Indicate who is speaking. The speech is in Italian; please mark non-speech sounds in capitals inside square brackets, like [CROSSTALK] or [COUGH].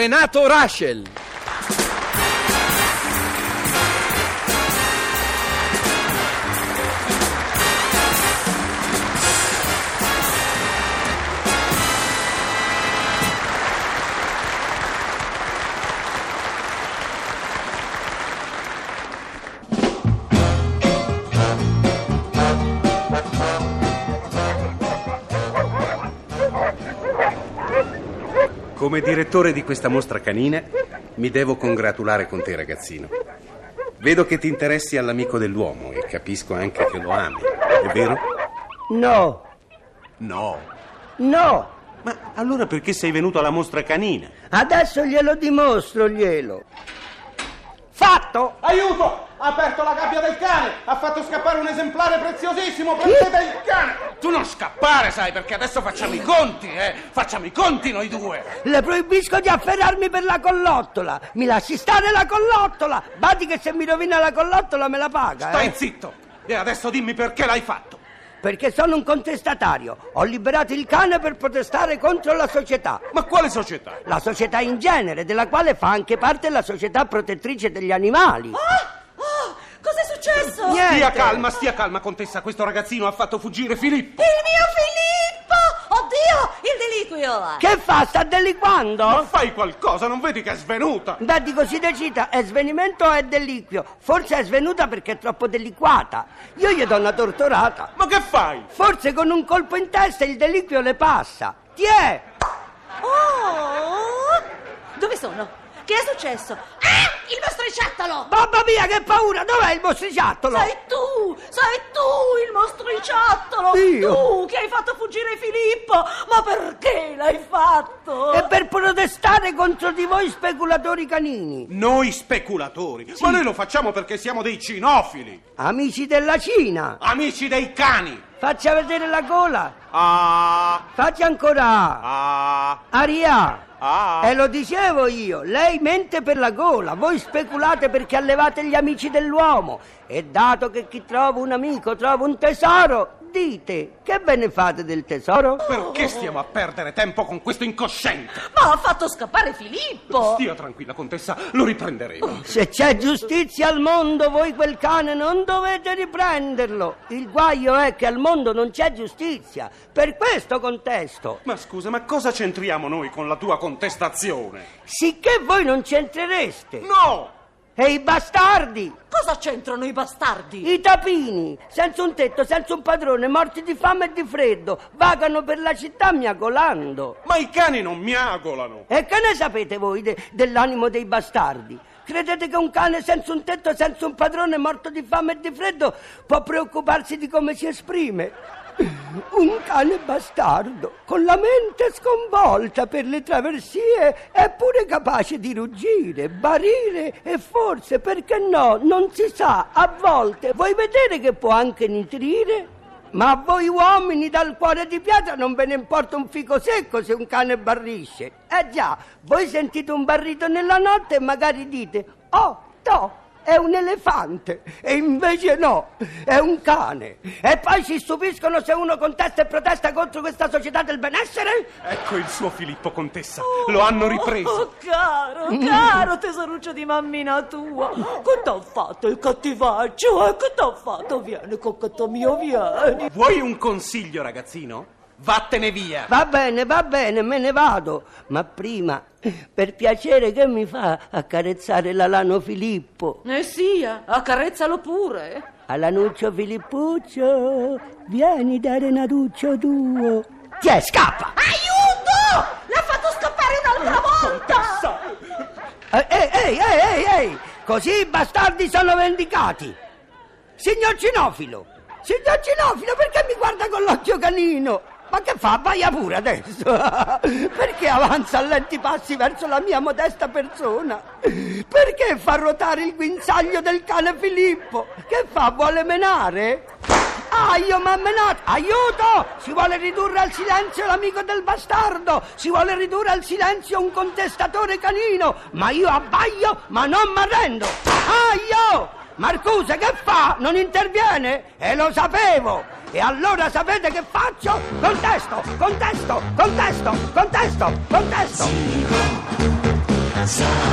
Speaker 1: Renato Raschel.
Speaker 2: Come direttore di questa mostra canina mi devo congratulare con te, ragazzino. Vedo che ti interessi all'amico dell'uomo e capisco anche che lo ami, è vero?
Speaker 3: No,
Speaker 2: No.
Speaker 3: no,
Speaker 2: Ma allora perché sei venuto alla mostra canina?
Speaker 3: adesso glielo dimostro, glielo.
Speaker 4: Fatto! Aiuto! Ha aperto la gabbia del cane! Ha fatto scappare un esemplare preziosissimo! Prendete il cane!
Speaker 5: Tu non scappare, sai, perché adesso facciamo i conti, eh? Facciamo i conti noi due!
Speaker 3: Le proibisco di afferrarmi per la collottola. Mi lasci stare la collottola. Badi che se mi rovina la collottola me la paga. eh.
Speaker 5: Stai zitto! E adesso dimmi perché l'hai fatto!
Speaker 3: Perché sono un contestatario. Ho liberato il cane per protestare contro la società.
Speaker 5: Ma quale società?
Speaker 3: La società in genere, della quale fa anche parte la società protettrice degli animali.
Speaker 6: Ah! Ah! Cos'è successo?
Speaker 3: Niente.
Speaker 5: Stia calma, stia calma, contessa, questo ragazzino ha fatto fuggire Filippo!
Speaker 6: Il mio Filippo! Oddio, il deliquio!
Speaker 3: Che fa? Sta
Speaker 5: Ma
Speaker 3: deliquando?
Speaker 5: fai qualcosa, non vedi che è svenuta!
Speaker 3: Beh, dico si decida, è svenimento o è deliquio? Forse è svenuta perché è troppo deliquata. Io gli do una tortorata.
Speaker 5: Ma che fai?
Speaker 3: Forse con un colpo in testa il deliquio le passa. Tiè!
Speaker 6: Oh! Dove sono? Che è successo? Ah! Il mostriciattolo!
Speaker 3: Mamma mia, che paura! Dov'è il mostriciattolo?
Speaker 6: Sei tu! Sei tu il mostriciattolo!
Speaker 3: Io?
Speaker 6: Tu che hai fatto fuggire Filippo! Ma perché l'hai fatto?
Speaker 3: E per protestare contro di voi speculatori canini.
Speaker 5: Noi speculatori! Ma noi lo facciamo perché siamo dei cinofili!
Speaker 3: Amici della Cina,
Speaker 5: Amici dei cani!
Speaker 3: faccia vedere la cola.
Speaker 5: Ah,
Speaker 3: Faccia ancora.
Speaker 5: ah,
Speaker 3: Aria.
Speaker 5: ah.
Speaker 3: E lo dicevo io, lei mente per la gola, voi speculate perché allevate gli amici dell'uomo. E dato che chi trova un amico trova un tesoro, dite, che ve ne fate del tesoro?
Speaker 5: Perché stiamo a perdere tempo con questo incosciente?
Speaker 6: Ma ha fatto scappare Filippo!
Speaker 5: Stia tranquilla, contessa, lo riprenderemo.
Speaker 3: Se c'è giustizia al mondo, voi quel cane non dovete riprenderlo. Il guaio è che al mondo non c'è giustizia. Per questo contesto.
Speaker 5: Ma scusa, ma cosa c'entriamo noi con la tua contestazione?
Speaker 3: Sicché voi non c'entrereste.
Speaker 5: No!
Speaker 3: E i bastardi,
Speaker 6: Cosa c'entrano i bastardi?
Speaker 3: i tapini, senza un tetto, senza un padrone, morti di fame e di freddo, vagano per la città miagolando.
Speaker 5: Ma i cani non miagolano!
Speaker 3: E che ne sapete voi de- dell'animo dei bastardi? Credete che un cane senza un tetto, senza un padrone, morto di fame e di freddo, può preoccuparsi di come si esprime? Un cane bastardo, con la mente sconvolta per le traversie, è pure capace di ruggire, barire e forse, perché no, non si sa, a volte vuoi vedere che può anche nitrire? Ma a voi uomini dal cuore di pietra non ve ne importa un fico secco se un cane barrisce. Eh già, voi sentite un barrito nella notte e magari dite, oh, to, è un elefante. E invece no, è un cane. E poi si stupiscono se uno contesta e protesta contro questa società del benessere?
Speaker 5: Ecco il suo Filippo, contessa. Lo hanno ripreso.
Speaker 6: Oh, caro, caro tesoruccio di mammina tua, che t'ho fatto il cattivaccio? eh? Che t'ho fatto? Vieni, cocchetto mio, vieni.
Speaker 5: Vuoi un consiglio, ragazzino? Vattene via!
Speaker 3: Va bene, va bene, me ne vado. Ma prima, per piacere, che mi fa accarezzare l'alano Filippo?
Speaker 6: Eh sì, eh, accarezzalo pure.
Speaker 3: Alanuccio Filippuccio, vieni da Renaduccio tuo. Tiè, scappa! Ah,
Speaker 6: Aiuto! L'ha fatto scappare un'altra volta!
Speaker 3: Eh, Ehi, ehi, ehi, ehi, ehi! Così i bastardi sono vendicati! Signor Cinofilo! Signor Cinofilo, perché mi guarda con l'occhio canino? Ma che fa? Vaia pure adesso! [LAUGHS] Perché avanza a lenti passi verso la mia modesta persona? Perché fa ruotare il guinzaglio del cane Filippo? Che fa? Vuole menare? Aio, ma ha menato! Aiuto! Si vuole ridurre al silenzio l'amico del bastardo! Si vuole ridurre al silenzio un contestatore canino! Ma io abbaglio, ma non m'arrendo! Aio! Marcuse, che fa? Non interviene? E lo sapevo! E allora sapete che faccio? Contesto, contesto, contesto, contesto, contesto!
Speaker 1: Mazzara.